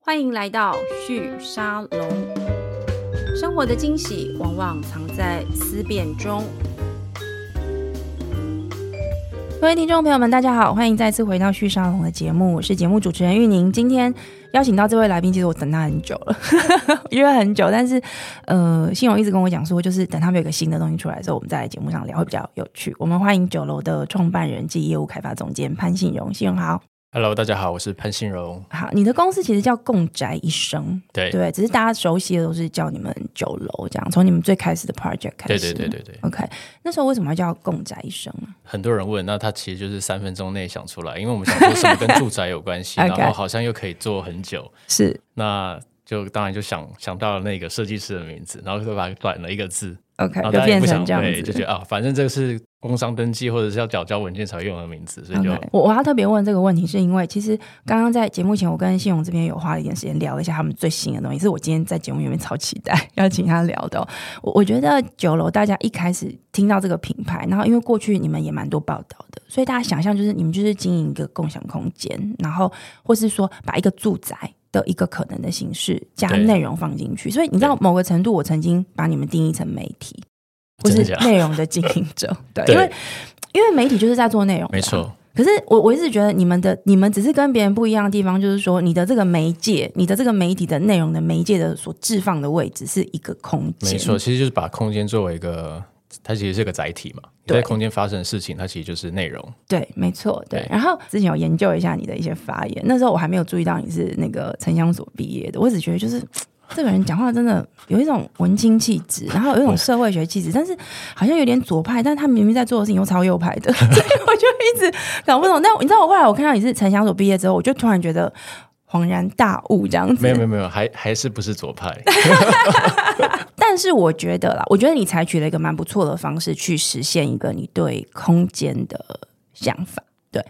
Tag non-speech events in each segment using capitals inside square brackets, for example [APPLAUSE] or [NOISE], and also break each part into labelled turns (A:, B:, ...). A: 欢迎来到旭沙龙。生活的惊喜往往藏在思辨中。各位听众朋友们，大家好，欢迎再次回到旭沙龙的节目，我是节目主持人玉宁。今天邀请到这位来宾，其实我等他很久了， [LAUGHS] 约很久，但是呃，信荣一直跟我讲说，就是等他们有一个新的东西出来的时候，我们再来节目上聊会比较有趣。我们欢迎酒楼的创办人暨业务开发总监潘信荣，信荣好。
B: Hello，大家好，我是潘信荣。
A: 好，你的公司其实叫共宅一生，
B: 对
A: 对，只是大家熟悉的都是叫你们酒楼这样，从你们最开始的 project 开
B: 对
A: 始。
B: 对对对对，
A: OK，那时候为什么要叫共宅一生啊？
B: 很多人问，那他其实就是三分钟内想出来，因为我们想说什么跟住宅有
A: [LAUGHS]
B: 关系，然
A: OK
B: 后好像又可以做很久，
A: 是
B: 那就当然就想想到了那个设计师的名字，然后就把它短了一个字，
A: OK，
B: 哦然后
A: 就
B: 大家也
A: 变
B: 不想
A: 成这样
B: 对
A: 子。
B: 就觉得啊，反正这个是工商登记或者是要缴交文件才会用的名字，所以就
A: OK，我我嗯要特别问这个问题，是因为其实刚刚在节目前，我跟信勇这边有花了一点时间聊了一下他们最新的东西，是我今天在节目里面超期待 [LAUGHS] 要请他聊的哦、我我觉得酒楼大家一开始听到这个品牌，然后因为过去你们也蛮多报道的，所以大家想象就是你们就是经营一个共享空间，然后或是说把一个住宅。的一个可能的形式加
B: 对
A: 内容放进去，所以你知道
B: 对
A: 某个程度，我曾经把你们定义成媒体，或
B: 真
A: 是
B: 的假的 [LAUGHS]
A: 内容的经营者，对，
B: 对
A: 因为因为媒体就是在做内容，啊
B: 没错。
A: 可是我我一直觉得你们的你们只是跟别人不一样的地方，就是说你的这个媒介，你的这个媒体的内容的媒介的所置放的位置是一个空间，
B: 没错，，其实就是把空间作为一个，它其实是个载体嘛。你
A: 对
B: 在空间发生的事情，它其实就是内容。
A: 对，没错，对
B: 对。
A: 然后之前有研究一下你的一些发言，那时候我还没有注意到你是那个城乡所毕业的，我只觉得就是这个人讲话真的有一种文青气质，然后有一种社会学气质，但是好像有点左派，但他明明在做的事情又超右派的，所 [LAUGHS] 以我就一直搞不懂。但你知道，我后来我看到你是城乡所毕业之后，我就突然觉得恍然大悟这样子。
B: 没有没有没有，还还是不是左派？
A: 但是我觉得啦，我觉得你采取了一个蛮不错的方式去实现一个你对空间的想法。对，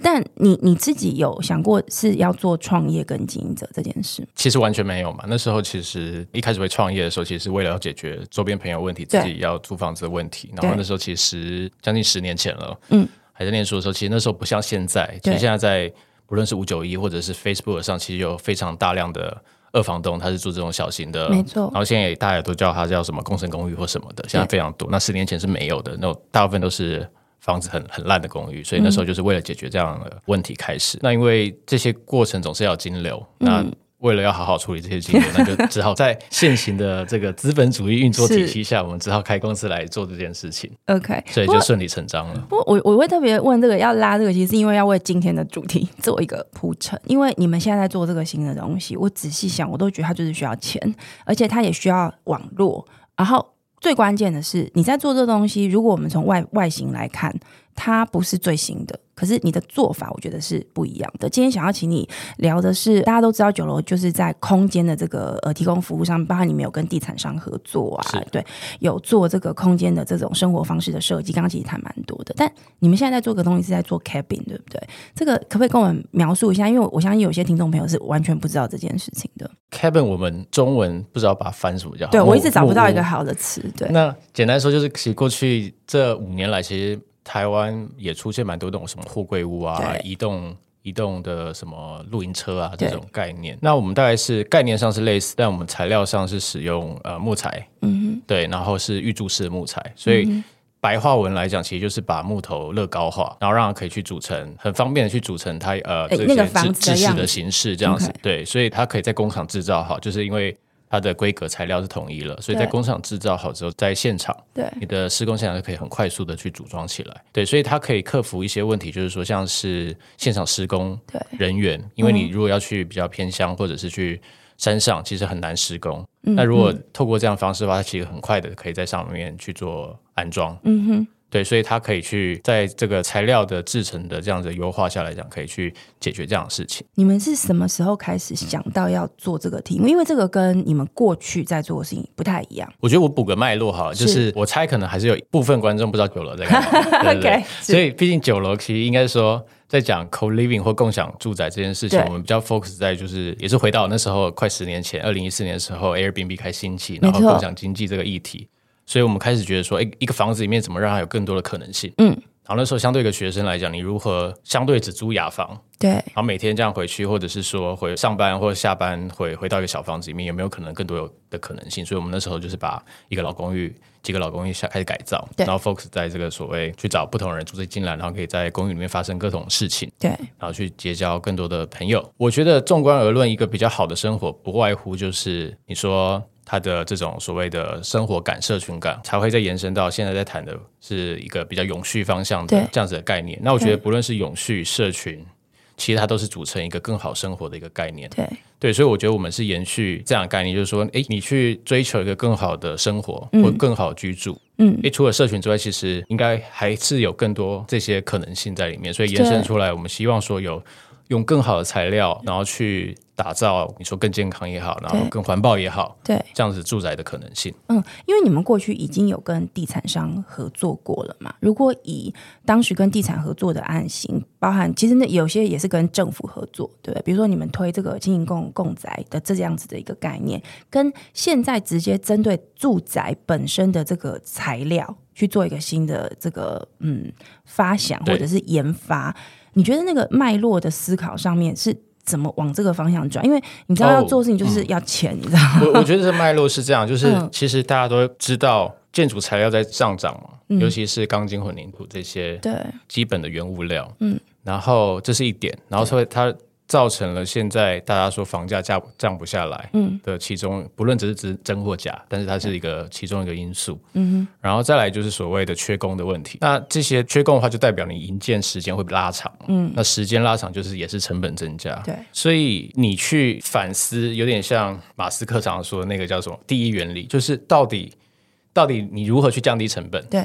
A: 但你你自己有想过是要做创业跟经营者这件事吗？
B: 其实完全没有嘛。那时候其实一开始会创业的时候，其实是为了要解决周边朋友问题，
A: 对
B: 自己要租房子的问题。然后
A: 对
B: 那时候其实将近十年前了，
A: 嗯，
B: 还在念书的时候，其实那时候不像现在，其
A: 对
B: 实现在在不论是五九一或者是 Facebook 上，其实有非常大量的。二房东他是住这种小型的，
A: 没错
B: 然后现在也大家也都叫它叫什么共生公寓或什么的，现在非常多。那十年前是没有的，那种大部分都是房子很很烂的公寓，所以那
A: 嗯
B: 时候就是为了解决这样的问题开始。那因为这些过程总是要有金流，
A: 嗯
B: 那为了要好好处理这些金
A: [LAUGHS]
B: 流，那就只好在现行的这个资本主义运作体系下，我们只好开公司来做这件事情，
A: OK，
B: 所以就顺理成章了。
A: 不过我我会特别问这个要拉这个，其实是因为要为今天的主题做一个铺陈。因为你们现在在做这个新的东西，我仔细想，我都觉得它就是需要钱，而且它也需要网络。然后最关键的是，你在做这东西，如果我们从外外形来看，它不是最新的，可是你的做法，我觉得是不一样的。今天想要请你聊的是，大家都知道酒楼就是在空间的这个呃提供服务上，包含你们有跟地产商合作啊
B: 是，
A: 对，有做这个空间的这种生活方式的设计。刚刚其实谈蛮多的，但你们现在在做个东西是在做 cabin，对不对？这个可不可以跟我们描述一下？因为我相信有些听众朋友是完全不知道这件事情的。哦
B: Kevin，我们中文不知道把它翻什么叫，
A: 对
B: 木
A: 我一直找不到一
B: 木
A: 个
B: 屋
A: 好的词，对，
B: 那简单说，就是其实过去这五年来，其实台湾也出现蛮多那种什么货柜屋啊
A: 对、
B: 移动移动的什么露营车啊
A: 对
B: 这种概
A: 嗯
B: 念。那我们大概是概念上是类似，但我们材料上是使用呃木材，
A: 嗯
B: 对，然后是预注式的木材，所以。白话文来讲，其实就是把木头乐高化，然后让它可以去组成，很方便的去组成它呃
A: 哎
B: 这
A: 那个
B: 些
A: 房
B: 制
A: 子的
B: 制式
A: 样子
B: 的形式这样子
A: OK。
B: 对，所以它可以在工厂制造好，就是因为它的规格材料是统一了，所以在
A: 对
B: 工厂制造好之后，在现场
A: 哼，对，
B: 你的施工现场就可以很快速的去组装起来。对，所以它可以克服一些问题，就是说像是现场施工
A: 对
B: 人员，因为你如果要去比较偏乡或者是去山上，其实很难施工。
A: 嗯
B: 那如果透过这样的方式的话，它其实很快的可以在上面去做安装。
A: 嗯哼。
B: 对，所以它可以去在这个材料的制成的这样子优化下来讲，可以去解决这样的事情。
A: 你们是什么时候开始想到要做这个题目？因为这个跟你们过去在做的事情不太一样。
B: 我觉得我补个脉络好了，
A: 是
B: 就是我猜可能还是有部分观众不知道酒楼在干嘛，
A: [LAUGHS]
B: 对不
A: OK，
B: 对？
A: 是
B: 所以毕竟酒楼其实应该说在讲 co living 或共享住宅这件事情，
A: 对
B: 我们比较 focus 在就是也是回到那时候快十年前，二零一四年的时候 Airbnb 开兴起，
A: 没
B: 然
A: 错
B: 后共享经济这个议题，所以我们开始觉得说，哎，一个房子里面怎么让它有更多的可能性？
A: 嗯，
B: 然后那时候相对一个学生来讲，你如何相对只租雅房，
A: 对，
B: 然后每天这样回去，或者是说回上班或者下班回回到一个小房子里面，有没有可能更多有的可能性？所以我们那时候就是把一个老公寓、几个老公寓下开始改造，
A: 对
B: 然后 focus 在这个所谓去找不同人住进来，然后可以在公寓里面发生各种事情，
A: 对，
B: 然后去结交更多的朋友。我觉得纵观而论，一个比较好的生活，不外乎就是你说。他的这种所谓的生活感、社群感，才会再延伸到现在在谈的是一个比较永续方向的
A: 对
B: 这样子的概念。那我觉
A: 对
B: 得不论是永续、社群，其实它都是组成一个更好生活的一个概念。
A: 对，
B: 对，所以我觉得我们是延续这样的概念，就是说，诶，你去追求一个更好的生活
A: 嗯
B: 或更好居住。
A: 嗯，
B: 诶，除了社群之外，其实应该还是有更多这些可能性在里面。所以延伸出来，我们希望说有用更好的材料，然后去打造你说更健康也好，然后
A: 对
B: 更环保也好，
A: 对，
B: 这样子住宅的可能
A: [LAUGHS]
B: 性。
A: 嗯，因为你们过去已经有跟地产商合作过了嘛。如果以当时跟地产合作的案型，包含其实那有些也是跟政府合作，对不对？比如说你们推这个经营共共宅的这样子的一个概念，跟现在直接针对住宅本身的这个材料去做一个新的这个嗯发想
B: 对
A: 或者是研发，你觉得那个脉络的思考上面是？怎么往这个方向转？因为你知道
B: 哦
A: 要做事情就是要钱，你知道吗？
B: 我我觉得这脉络是这样，就是
A: 嗯
B: 其实大家都知道建筑材料在上涨嘛，
A: 嗯
B: 尤其是钢筋混凝土这些
A: 对
B: 基本的原物料，
A: 嗯
B: 嗯，然后这是一点，然后所以它造成了现在大家说房价降降不下来，
A: 嗯
B: 嗯的其中，不论只是只真或假，但是它是一个其中一个因素，嗯然后再来就是所谓的缺工的问题，那这些缺工的话，就代表你营建时间会拉长，嗯，那时间拉长就是也是成本增加，
A: 对
B: 所以你去反思，有点像马斯克常说的那个叫什么第一原理，就是到底到底你如何去降低成本。
A: 对，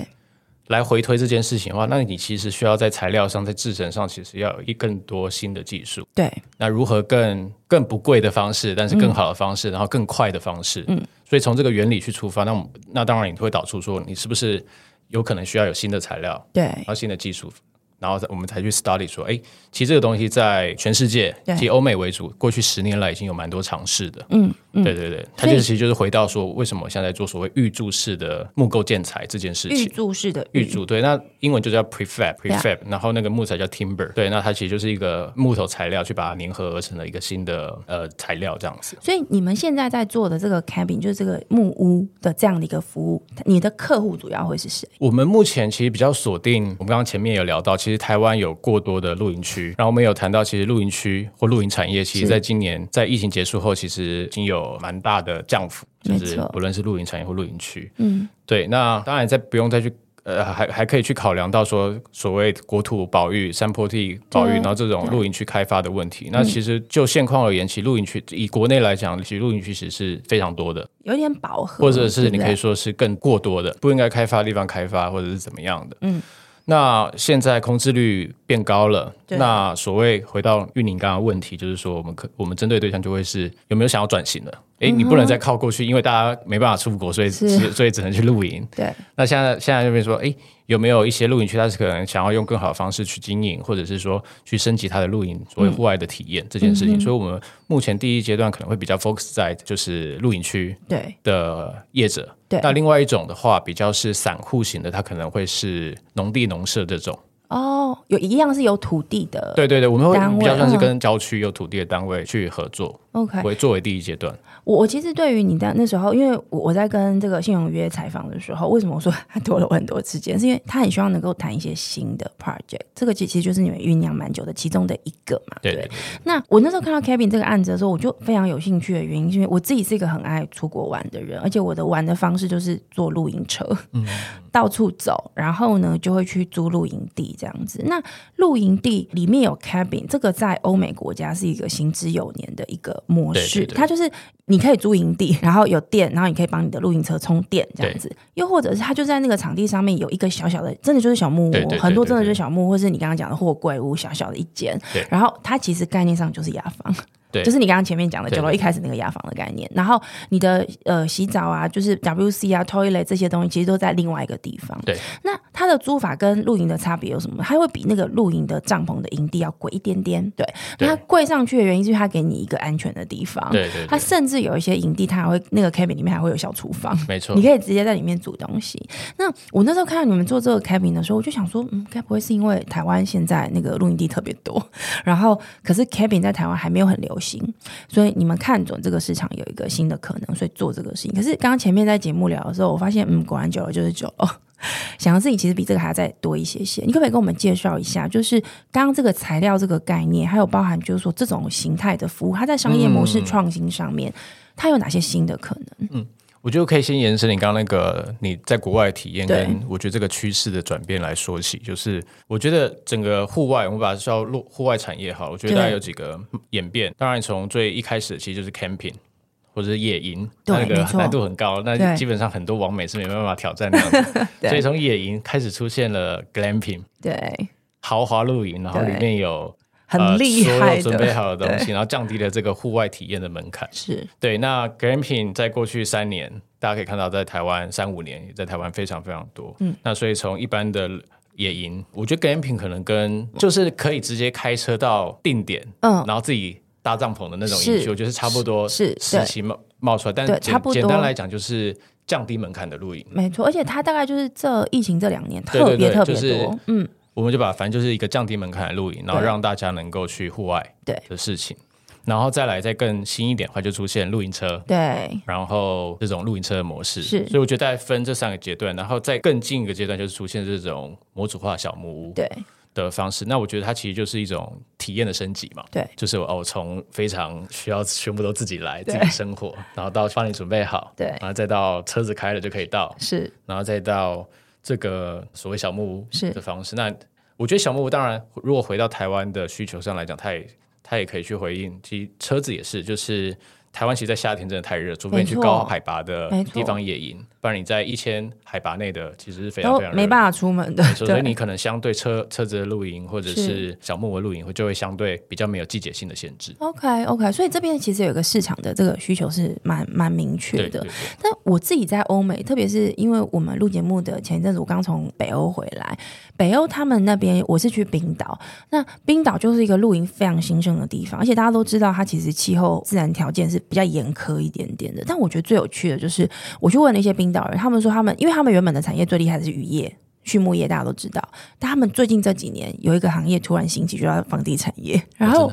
B: 来回推这件事情的话，那你其实需要在材料上、在制成上，其实要有一更多新的技术。
A: 对，
B: 那如何更更不贵的方式，但是
A: 嗯
B: 更好的方式，然后更快的方式，嗯，所以从这个原理去出发，那我们那当然你会导出说，你是不是有可能需要有新的材料，
A: 对
B: 然，后新的技术，然后我们才去 study 说，哎，其实这个东西在全世界
A: 对，
B: 其实欧美为主，过去十年来已经有蛮多尝试的，嗯，对对对，它
A: 所以
B: 就其实就是回到说，为什么我现在在做所谓预注式的木构建材这件事
A: 预
B: 情。
A: 注式的
B: 预组对，那英文就叫 prefab，prefab，、然后那个木材叫 timber，对，那它其实就是一个木头材料去把它凝合而成的一个新的呃材料这样子。
A: 所以你们现在在做的这个 camping 就是这个木屋的这样的一个服务，你的客户主要会是谁？
B: 我们目前其实比较锁定，我们刚刚前面有聊到，其实台湾有过多的露营区，然后我们有谈到，其实露营区或露营产业，其实
A: 是
B: 在今年在疫情结束后，其实已经有蛮大的降幅，就
A: 没
B: 是
A: 错
B: 不论是露营产业或露营区，
A: 嗯，
B: 对，那当然在不用再去。呃，还还可以去考量到说所谓国土保育、山坡地保育，
A: 对啊
B: 然后这种露营区开发的问题。那其实就现况而言，其实露营区以国内来讲，其实露营区其实是非常多的，
A: 有点饱和，
B: 或者是你可
A: 嗯对
B: 以
A: 不
B: 说是更过多的，不应该开发的地方开发，或者是怎么样的。嗯，那现在空置率变高了，
A: 对
B: 那所谓回到玉宁刚刚的问题，就是说我们可我们针对对象就会是有没有想要转型的？诶，你不能再靠过去，因为大家没办法出国，所以
A: 嗯是
B: 只所以只能去露营。
A: 对
B: 那现在现在就变成说，诶，有没有一些露营区，它是可能想要用更好的方式去经营，或者是说去升级它的露营所谓户外的体验、这件事情？
A: 嗯
B: 所以我们目前第一阶段可能会比较 focus 在就是露营区，
A: 对
B: 的业者。
A: 对
B: 那另外一种的话，比较是散户型的，它可能会是农地农舍这种。
A: 哦，有一样是有土地的，
B: 对对对，我们
A: 呃单位
B: 会比较像是
A: 嗯
B: 跟郊区有土地的单位去合作，
A: ，OK，
B: 为作为第一阶段。
A: 我我其实对于你的那时候，因为我我在跟这个信荣约采访的时候，为什么我说他拖了我很多时间，是因为他很希望能够谈一些新的 project，这个其其实就是你们酝酿蛮久的其中的一个嘛，
B: 对
A: 不
B: 对
A: 那我那时候看到 Kevin 这个案子的时候，我就非常有兴趣的原因，是因为我自己是一个很爱出国玩的人，而且我的玩的方式就是坐露营车，
B: 嗯
A: [LAUGHS] 到处走，然后呢就会去租露营地这样子。那露营地里面有 cabin，这个在欧美国家是一个行之有年的一个模式，
B: 对对对
A: 它就是你可以租营地， [LAUGHS] 然后有电，然后你可以帮你的露营车充电这样子。又或者是它就在那个场地上面有一个小小的，真的就是小木屋，
B: 对对对
A: 很多真的
B: 对对
A: 就是小木屋，或是你刚刚讲的货柜屋，小小的一间
B: 对。
A: 然后它其实概念上就是雅房，
B: 对
A: [LAUGHS] 就是你刚刚前面讲的
B: 对
A: 九楼一开始那个雅房的概念。然后你的呃洗澡啊，就是 WC 啊、toilet 这些东西，其实都在另外一个地方。
B: 对，
A: 那它的租法跟露营的差别有什么？它会比那个露营的帐篷的营地要贵一点点。对，
B: 对
A: 那它贵上去的原因是因为它给你一个安全的地方。
B: 对对对
A: 它甚至有一些营地，它还会那个 cabin 里面还会有小厨房。
B: 没错
A: 你，可以直接在里面煮东西。那我那时候看到你们做这个 cabin 的时候，我就想说，嗯，该不会是因为台湾现在那个露营地特别多， [LAUGHS] 然后可是 cabin 在台湾还没有很流行，所以你们看准这个市场有一个新的可能，所以做这个事情。可是刚刚前面在节目聊的时候，我发现，嗯，果然久了就是久了。 [LAUGHS] 想的事情其实比这个还要再多一些些。你可不可以跟我们介绍一下，就是刚刚这个材料这个概念，还有包含就是说这种形态的服务，它在商业模式创新上面，它有哪些新的可能？
B: 我觉得可以先延伸你刚刚那个你在国外的体验，
A: 对
B: 跟我觉得这个趋势的转变来说起，就是我觉得整个户外，我们把它叫户户外产业好，我觉得
A: 对
B: 大概有几个演变。当然，从最一开始其实就是 camping。或者是野营，
A: 对
B: 那个
A: 没错
B: 难度很高，那
A: 对
B: 基本上很多网美是没办法挑战那样子。
A: [LAUGHS] 对
B: 所以从野营开始出现了 glamping
A: 对，
B: 豪华露营，然后里
A: 对
B: 面有
A: 很厉
B: 呃、所
A: 害
B: 有
A: 的，
B: 准备好的东西，
A: 对
B: 然后降低了这个户外体验的门槛。
A: [LAUGHS] 是
B: 对，那 glamping 在过去三年，大家可以看到，在台湾三五年也在台湾非常非常多。嗯，那所以从一般的野营，我觉得 glamping 可能跟就是可以直接开车到定点，
A: 嗯
B: 然后自己搭帐篷的那种
A: 是
B: 营区，我觉得是差不多
A: 是是
B: 时期冒冒出来，但
A: 对
B: 简
A: 差不多
B: 简单来讲就是降低门槛的露营。
A: 没错，而且它大概就是这疫情这两年
B: 对
A: 特
B: 对
A: 别
B: 对
A: 特别
B: 就是
A: 多，嗯，
B: 我们就把反正就是一个降低门槛的露营，然后
A: 对
B: 让大家能够去户外
A: 对
B: 的事情，然后再来再更新一点的话，就出现露营车。
A: 对
B: 然后这种露营车的模式，
A: 是
B: 所以我觉得大概分这三个阶段，然后再更近一个阶段就是出现这种模组化小木屋
A: 对
B: 的方式。那我觉得它其实就是一种体验的升级嘛，
A: 对
B: 就是哦，从非常需要全部都自己来自
A: 对
B: 己生活，然后到帮你准备好，
A: 对
B: 然后再到车子开了就可以到，
A: 是
B: 然后再到这个所谓小木屋
A: 是
B: 的方式。那我觉得小木屋当然，如果回到台湾的需求上来讲，它也它也可以去回应。其实车子也是，就是台湾其实，在夏天真的太热，除非你
A: 没
B: 去
A: 错
B: 高海拔的
A: 没错
B: 地方野营，不然你在一千海拔内的其实是非常
A: 都
B: 非常热
A: 没办法出门的，
B: 所以所以
A: 对
B: 你可能相对车车子的露营或者
A: 是
B: 是小木屋的露营，会就会相对比较没有季节性的限制。
A: ，OK OK，所以这边其实有一个市场的这个需求是蛮蛮明确
B: 对
A: 的
B: 对，对
A: 但我自己在欧美，特别是因为我们录节目的前一阵子，我刚从北欧回来，北欧他们那边我是去冰岛，那冰岛就是一个露营非常兴盛的地方，而且大家都知道它其实气候自然条件是比较严苛一点点的。但我觉得最有趣的就是，我去问了一些冰岛人，他们说他们因为他们原本的产业最厉害的是渔业。畜牧业大家都知道，但他们最近这几年有一个行业突然兴起，就叫房地产业。然后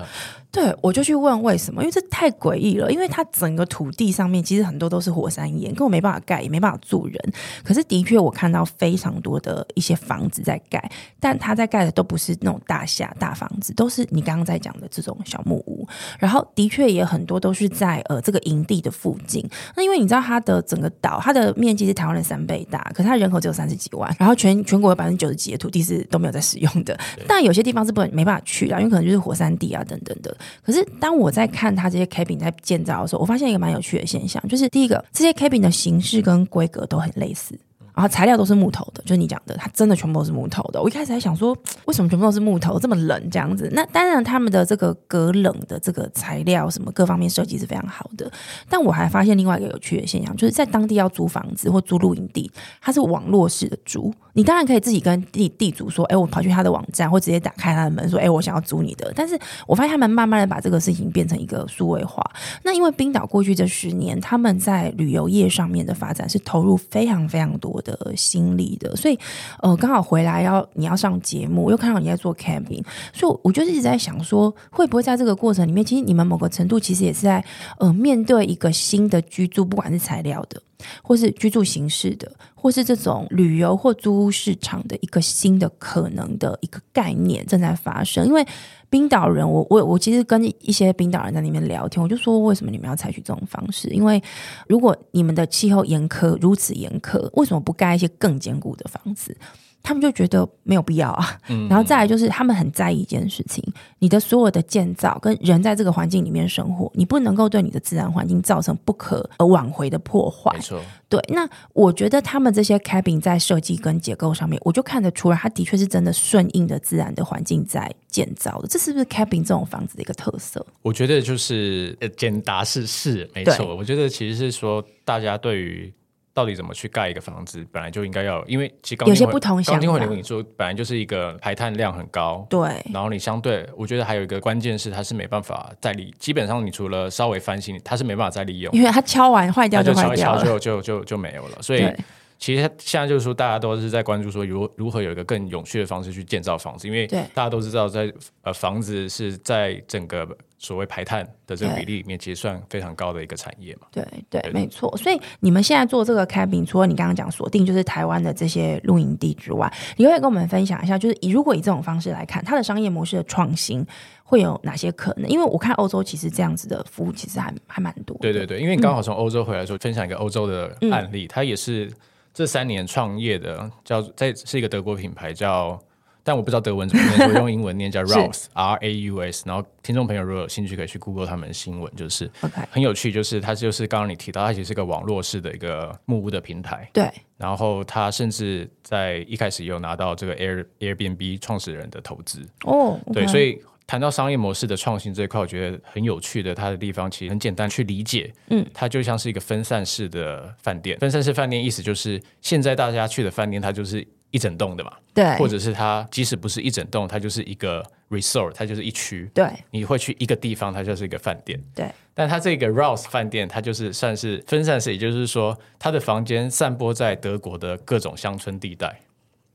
B: 真的
A: 对，我就去问为什么，因为这太诡异了。因为它整个土地上面其实很多都是火山岩，根本没办法盖，也没办法住人。可是的确，我看到非常多的一些房子在盖，但它在盖的都不是那种大厦、大房子，都是你刚刚在讲的这种小木屋。然后的确也很多都是在呃这个营地的附近。那因为你知道它的整个岛，它的面积是台湾的三倍大，可是它人口只有三十几万，然后全全国有百分之九十几的土地是都没有在使用的。但有些地方是不能没办法去的，因为可能就是火山地啊等等的。可是当我在看它这些 cabin 在建造的时候，我发现一个蛮有趣的现象，就是第一个，这些 cabin 的形式跟规格都很类似。然后材料都是木头的，就是你讲的，它真的全部都是木头的。我一开始还想说，嗯为什么全部都是木头，这么冷这样子？那当然，他们的这个隔冷的这个材料什么各方面设计是非常好的。但我还发现另外一个有趣的现象，就是在当地要租房子或租露营地，它是网络式的租。你当然可以自己跟地地主说，哎、我跑去他的网站，或直接打开他的门说，哎、我想要租你的。但是我发现他们慢慢的把这个事情变成一个数位化。那因为冰岛过去这十年，他们在旅游业上面的发展是投入非常非常多的心力的，所以呃，刚好回来要你要上节目，我又看到你在做 camping，所以我就是一直在想说，会不会在这个过程里面，其实你们某个程度其实也是在呃面对一个新的居住，不管是材料的，或是居住形式的，或是这种旅游或租屋市场的一个新的可能的一个概念正在发生。因为冰岛人，我我我其实跟一些冰岛人在那边聊天，我就说为什么你们要采取这种方式？因为如果你们的气候严苛如此严苛，为什么不盖一些更坚固的房子？他们就觉得没有必要啊。
B: 嗯
A: 然后再来就是他们很在意一件事情，你的所有的建造跟人在这个环境里面生活，你不能够对你的自然环境造成不可挽回的破坏
B: 没。错，
A: 对，那我觉得他们这些 cabin 在设计跟结构上面，我就看得出来，它的确是真的顺应着自然的环境在建造的。这是不是 cabin 这种房子的一个特色？
B: 我觉得就是呃简答是是没
A: 对
B: 错。我觉得其实是说大家对于到底怎么去盖一个房子，本来就应该要，因为其实钢筋
A: 有些
B: 混
A: 不同
B: 钢筋混
A: 想法
B: 凝土本来就是一个排碳量很高。
A: 对，
B: 然后你相对，我觉得还有一个关键是，它是没办法再利，基本上你除了稍微翻新，它是没办法再利用，
A: 因为它敲完坏掉
B: 它就
A: 坏
B: 敲一
A: 掉了。
B: 敲就就就就没有了。所以
A: 对
B: 其实现在就是说，大家都是在关注说如如何有一个更永续的方式去建造房子，因为
A: 对
B: 大家都知道在，呃房子是在整个所谓排碳的这个
A: 对
B: 比例里面，其实算非常高的一个产业嘛。
A: 对对，没错。所以你们现在做这个 cabin，除了你刚刚讲锁定就是台湾的这些露营地之外，你可不可以跟我们分享一下，就是以如果以这种方式来看，它的商业模式的创新会有哪些可能？因为我看欧洲其实这样子的服务其实还还蛮多的。
B: 对对对，因为你
A: 嗯
B: 刚好从欧洲回来的时候，分享一个欧洲的案例，它也是这三年创业的，叫在是一个德国品牌叫。但我不知道德文怎么念，我用英文念叫 Raus R A U S。然后听众朋友如果有兴趣，可以去 Google 他们的新闻，就是
A: ，OK，
B: 很有趣，就是它就是刚刚你提到，它其实是个网络式的一个木屋的平台，
A: 对
B: 然后它甚至在一开始也有拿到这个 Air Airbnb 创始人的投资，
A: 哦，
B: 对，所
A: 以
B: 以谈到商业模式的创新这一块，我觉得很有趣的，它的地方其实很简单去理解，嗯，它就像是一个分散式的饭店，分散式饭店意思就是现在大家去的饭店，它就是一整栋的嘛，
A: 对，
B: 或者是它即使不是一整栋，它就是一个 resort，它就是一区，
A: 对
B: 你会去一个地方，它就是一个饭店。
A: 对
B: 但它这个 Rouse 饭店，它就是算是分散式，也就是说，它的房间散播在德国的各种乡村地带。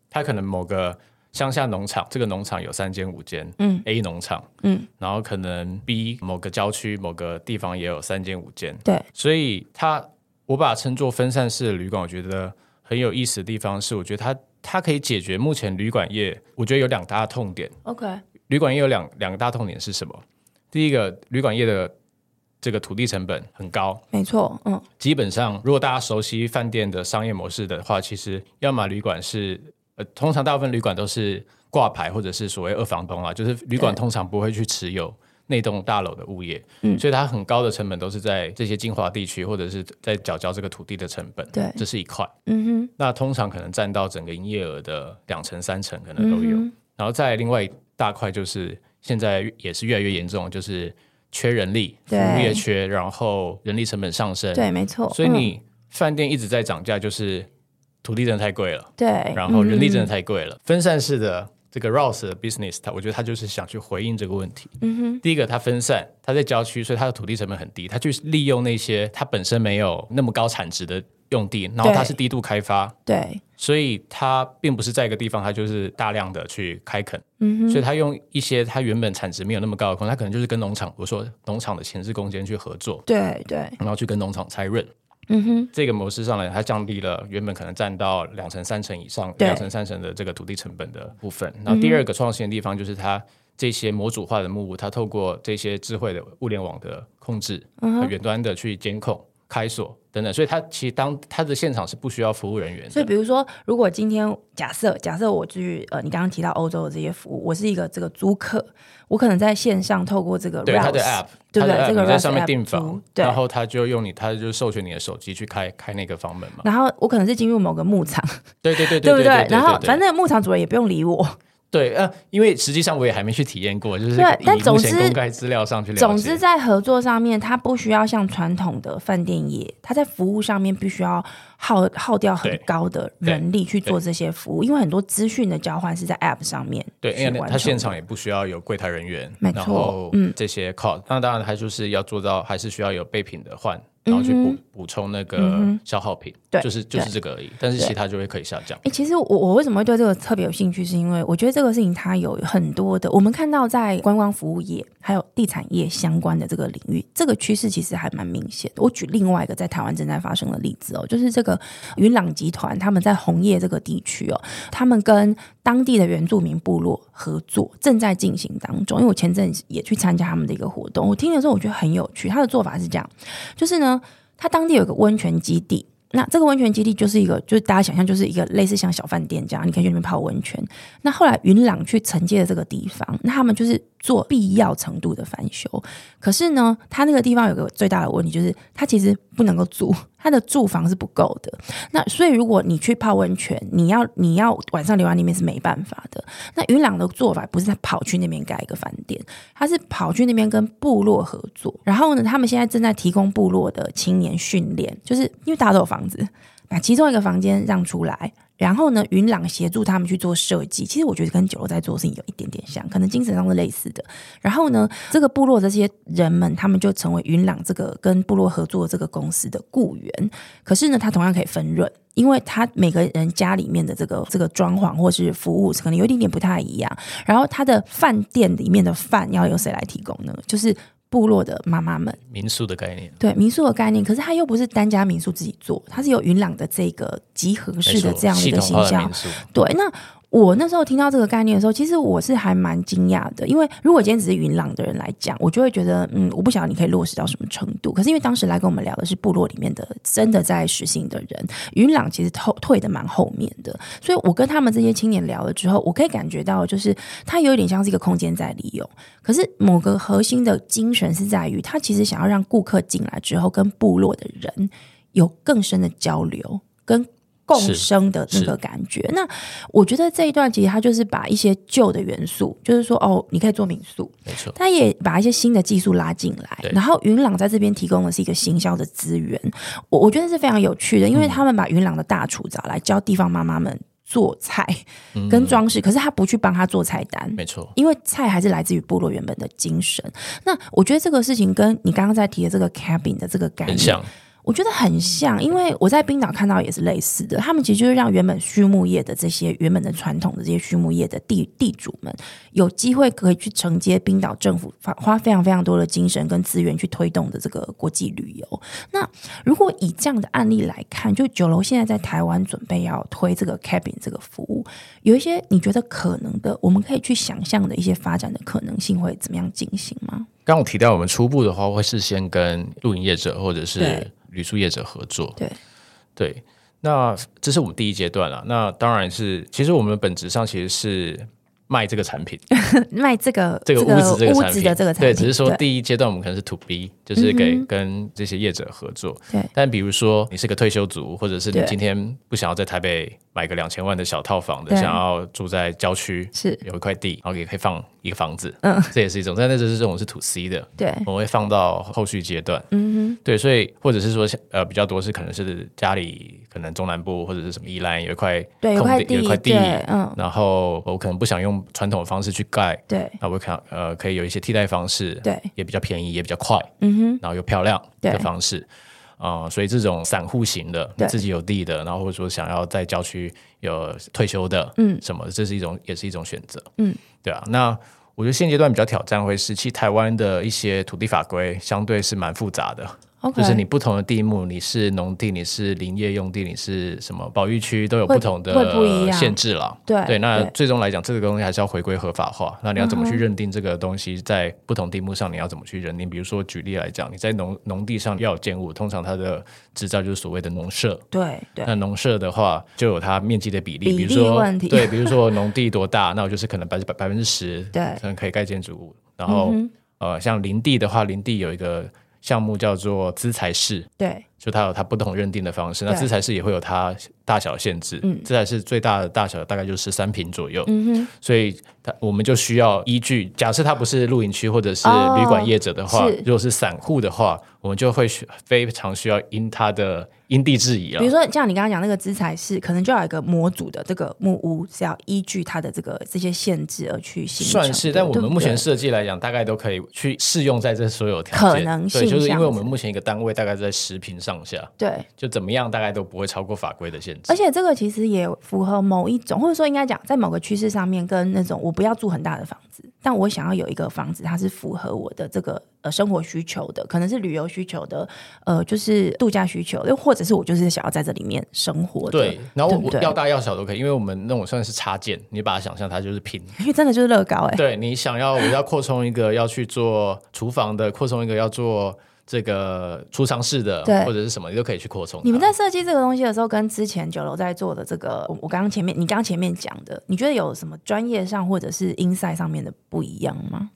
B: 它可能某个乡下农场，这个农场有三间五间，嗯，A 农场，嗯，然后可能 B 某个郊区某个地方也有三间五间，
A: 对
B: 所以它我把它称作分散式的旅馆，我觉得很有意思的地方是，我觉得它它可以解决目前旅馆业，我觉得有两大痛点。
A: ，OK，
B: 旅馆业有两两个大痛点是什么？第一个，旅馆业的这个土地成本很高。
A: 没错，嗯，
B: 基本上，如果大家熟悉饭店的商业模式的话，其实要么旅馆是呃，通常大部分旅馆都是挂牌或者是所谓二房东啊，就是旅馆
A: 对嗯
B: 通常不会去持有那栋大楼的物业，所以它很高的成本都是在这些精华地区或者是在缴交这个土地的成本，
A: 对
B: 这是一块。
A: 嗯
B: 那通常可能占到整个营业额的两成三成，可能都
A: 嗯
B: 有。然后再来另外一大块就是现在也是越来越严重，就是缺人力，服
A: 对
B: 务业缺，然后人力成本上升
A: 哼，，对，没错，
B: 所以
A: 嗯
B: 你饭店一直在涨价，就是土地真的太贵了，
A: 对，
B: 然后人力真的
A: 嗯
B: 太贵了，分散式的。这个 Rouse 的 business，它我觉得它就是想去回应这个问题。
A: 嗯哼，
B: 第一个，它分散，它在郊区，所以它的土地成本很低，它去利用那些它本身没有那么高产值的用地，然后它
A: 对
B: 是低度开发，
A: 对，
B: 所以它并不是在一个地方，它就是大量的去开垦，
A: 嗯哼，
B: 所以它用一些它原本产值没有那么高的空间，它可能就是跟农场，我说农场的前置空间去合作，
A: 对对，
B: 然后去跟农场拆润。
A: 嗯哼，
B: 这个模式上来，它降低了原本可能占到两成三成以上、
A: 对嗯
B: 两成三成的这个土地成本的部分。然后第二个创新的地方就是它这些模组化的木屋，它透过这些智慧的物联网的控制、
A: 嗯
B: 和远端的去监控、开锁等等，所以它其实当它的现场是不需要服务人员
A: 所
B: 的
A: 以，。比如说，如果今天假设假设我去呃，你刚刚提到欧洲的这些服务，我是一个这个租客，我可能在线上透过这个 Rouse,
B: 对它的 app，
A: 对不
B: 它的
A: 对
B: app
A: 这个
B: 你在
A: Rouse
B: 上面
A: app
B: 订
A: 租
B: 房，
A: 对
B: 然后它就用你，它就授权你的手机去开开那个房门嘛。
A: 然后我可能是进入某个牧场，
B: 对对对
A: 对
B: 对
A: 不
B: 对。
A: 然后
B: 对
A: 反正牧场主人也不用理我。
B: 对呃，因为实际上我也还没去体验过，就是
A: 对但
B: 以
A: 总
B: 目前
A: 之
B: 公开资料上去了解。
A: 总之，在合作上面，它不需要像传统的饭店业，它在服务上面必须要耗耗掉很高的人力去做这些服务，因为很多资讯的交换是在 App 上面
B: 对，
A: 去
B: 因为
A: 完
B: 他
A: 成
B: 现
A: 的
B: 场也不需要有柜台人员，
A: 没
B: 然
A: 错嗯
B: 后这些 cost，、那当然他就是要做到，还是需要有备品的
A: 嗯
B: 换，然后去补、补充那个消耗品，
A: 对
B: 就是就是这个而已。但是其他就会可以下降
A: 哎、，其实我我为什么会对这个特别有兴趣，是因为我觉得这个事情它有很多的，我们看到在观光服务业还有地产业相关的这个领域，这个趋势其实还蛮明显的。我举另外一个在台湾正在发生的例子哦，就是这个云朗集团他们在红叶这个地区哦，他们跟当地的原住民部落合作，正在进行当中。因为我前阵子也去参加他们的一个活动，我听的时候我觉得很有趣。他的做法是这样，就是呢，他当地有一个温泉基地，那这个温泉基地就是一个，就是大家想象就是一个类似像小饭店这样，你可以去里面泡温泉。那后来云朗去承接了这个地方，那他们就是做必要程度的翻修。可是呢，它那个地方有个最大的问题就是，它其实不能够住，它的住房是不够的。那所以如果你去泡温泉，你要你要晚上留在那边是没办法的。那云朗的做法不是他跑去那边盖一个饭店，他是跑去那边跟部落合作。然后呢，他们现在正在提供部落的青年训练，就是因为大家都有房子，把其中一个房间让出来。然后呢，云朗协助他们去做设计。其实我觉得跟九楼在做的事情有一点点像，可能精神上是类似的。然后呢，这个部落这些人们，他们就成为云朗这个跟部落合作这个公司的雇员。可是呢，他同样可以分润，因为他每个人家里面的这个这个装潢或是服务，可能有一点点不太一样。然后他的饭店里面的饭要由谁来提供呢？就是部落的妈妈们。
B: 民宿的概念，
A: 对民宿的概念，可是它又不是单家民宿自己做，它是由云朗的这个集合
B: 没
A: 式的
B: 错
A: 这样的一
B: 系
A: 个
B: 统
A: 形
B: 化的
A: 象
B: 民，宿，
A: 对，那我那时候听到这个概念的时候，其实我是还蛮惊讶的，因为如果今天只是云朗的人来讲，我就会觉得，嗯，我不晓得你可以落实到什么程度。可是因为当时来跟我们聊的是部落里面的真的在实行的人，云朗其实后退的蛮后面的，所以我跟他们这些青年聊了之后，我可以感觉到，就是他有一点像是一个空间在利用，可是某个核心的精神是在于，他其实想要让顾客进来之后跟部落的人有更深的交流跟。共
B: 是
A: 生的那
B: 是
A: 个感觉，那我觉得这一段其实它就是把一些旧的元素，就是说哦，你可以做民宿，
B: 没错，
A: 它也把一些新的技术拉进来
B: 对。
A: 然后云朗在这边提供的是一个行销的资源，我我觉得是非常有趣的，因为他们把云朗的大厨找来教地方妈妈们做菜跟装饰，可是他不去帮他做菜单。
B: 嗯没错，
A: 因为菜还是来自于部落原本的精神。那我觉得这个事情跟你刚刚在提的这个 cabin 的这个概
B: 很
A: 念，
B: 像，
A: 我觉得很像，因为我在冰岛看到也是类似的，他们其实就是让原本畜牧业的这些原本的传统的这些畜牧业的地地主们有机会可以去承接冰岛政府花花非常非常多的精神跟资源去推动的这个国际旅游。那如果以这样的案例来看，就酒楼现在在台湾准备要推这个 cabin 这个服务，有一些你觉得可能的，我们可以去想象的一些发展的可能性会怎么样进行吗？
B: 刚刚我提到，我们初步的话会事先跟露营业者或者是
A: 对
B: 旅宿业者合作。
A: 对
B: 对，那这是我们第一阶段了。那当然是，其实我们本质上其实是卖这个产品，
A: 卖 [LAUGHS] 这个
B: 这个屋子
A: 这
B: 个
A: 屋
B: 产
A: 子
B: 品
A: 的这个产
B: 对，
A: 品，
B: 只是说
A: 对嗯
B: 第一阶段我们可能是 to B，就是给、跟这些业者合作。
A: 对
B: 但比如说你是个退休族，或者是你
A: 对
B: 今天不想要在台北买个两千万的小套房的，
A: 对
B: 想要住在郊区，
A: 是
B: 有一块地，然后也可以放一个房子，嗯，这也是一种。但那就是这种是 to C 的，
A: 对
B: 我会放到后续阶段。嗯哼，对，所以或者是说，呃，比较多是可能是家里可能中南部或者是什么宜兰有一块
A: 对有
B: 空
A: 块
B: 地，有一块
A: 地
B: 地
A: 对，嗯
B: 然后我可能不想用传统的方式去盖，
A: 对
B: 那我看呃可以有一些替代方式，
A: 对
B: 也比较便宜，也比较快，
A: 嗯哼，
B: 然后又漂亮
A: 对
B: 的方式。啊、所以这种散户型的，你
A: 对
B: 自己有地的，然后或者说想要在郊区有退休的，
A: 嗯，
B: 什么的，这是一种也是一种选择，
A: 嗯，
B: 对啊。那我觉得现阶段比较挑战会是，其实台湾的一些土地法规相对是蛮复杂的
A: OK，
B: 就是你不同的地目，你是农地，你是林业用地，你是什么保育区，都有
A: 会
B: 不同
A: 会不一
B: 的
A: 样
B: 限制了。
A: 对
B: 对，那
A: 对嗯
B: 最终来讲，这个东西还是要回归合法化。那你要怎么去认定这个东西在不同地目上，你要怎么去认定？比如说，举例来讲，你在农农地上要有建物，通常它的执照就是所谓的农舍。
A: 对对
B: 那农舍的话，就有它面积的比例，
A: 比例
B: 比如说
A: 问题
B: 对，比如说农地多大， [LAUGHS] 那我就是可能百百百分之十，
A: 对嗯
B: 可能可以盖建筑物。然后、呃，像林地的话，林地有一个项目叫做资材室，
A: 对
B: 就它有它不同认定的方式。那
A: 对嗯
B: 资材室也会有它大小限制，资材室最大的大小大概就是三平左右，所以它我们就需要依据，假设它不是露营区或者是
A: 哦
B: 旅馆业者的话，
A: 是
B: 如果是散户的话，我们就会需非常需要因它的因地制宜了
A: 比如。说像你刚刚讲那个资材室，可能就要有一个模组的这个木屋是要依据它的这个这些限制而去形成的。
B: 算是，但我
A: 对
B: 们
A: 不
B: 目前
A: 对
B: 设计来讲，大概都可以去适用在这所有条件。
A: 可能性
B: 对，就是因
A: 这样
B: 为我们目前一个单位大概在十平上下，
A: 对。
B: 就怎么样大概都不会超过法规的限制
A: 而。且这个其实也符合某一种，或者说应该讲，在某个趋势上面，跟那种我不要住很大的房子，但我想要有一个房子，它是符合我的这个呃生活需求的，可能是旅游需求的，呃，就是度假需求，又或者是我就是想要在这里面生活的。
B: 对，然后
A: 对不
B: 我
A: 对
B: 要大要小都可以，因为我们那种算是插件，你把它想象它就是拼。
A: 因为真的就是乐高哎、
B: 对你想要我要扩充一个要去做厨房的，扩充一个要做这个储藏室的
A: 对
B: 或者是什么，你都可以去扩充它。
A: 你们在设计这个东西的时候，跟之前九楼在做的这个，我我刚刚前面你刚刚前面讲的，你觉得有什么专业上或者是 inside 上面的不一样吗？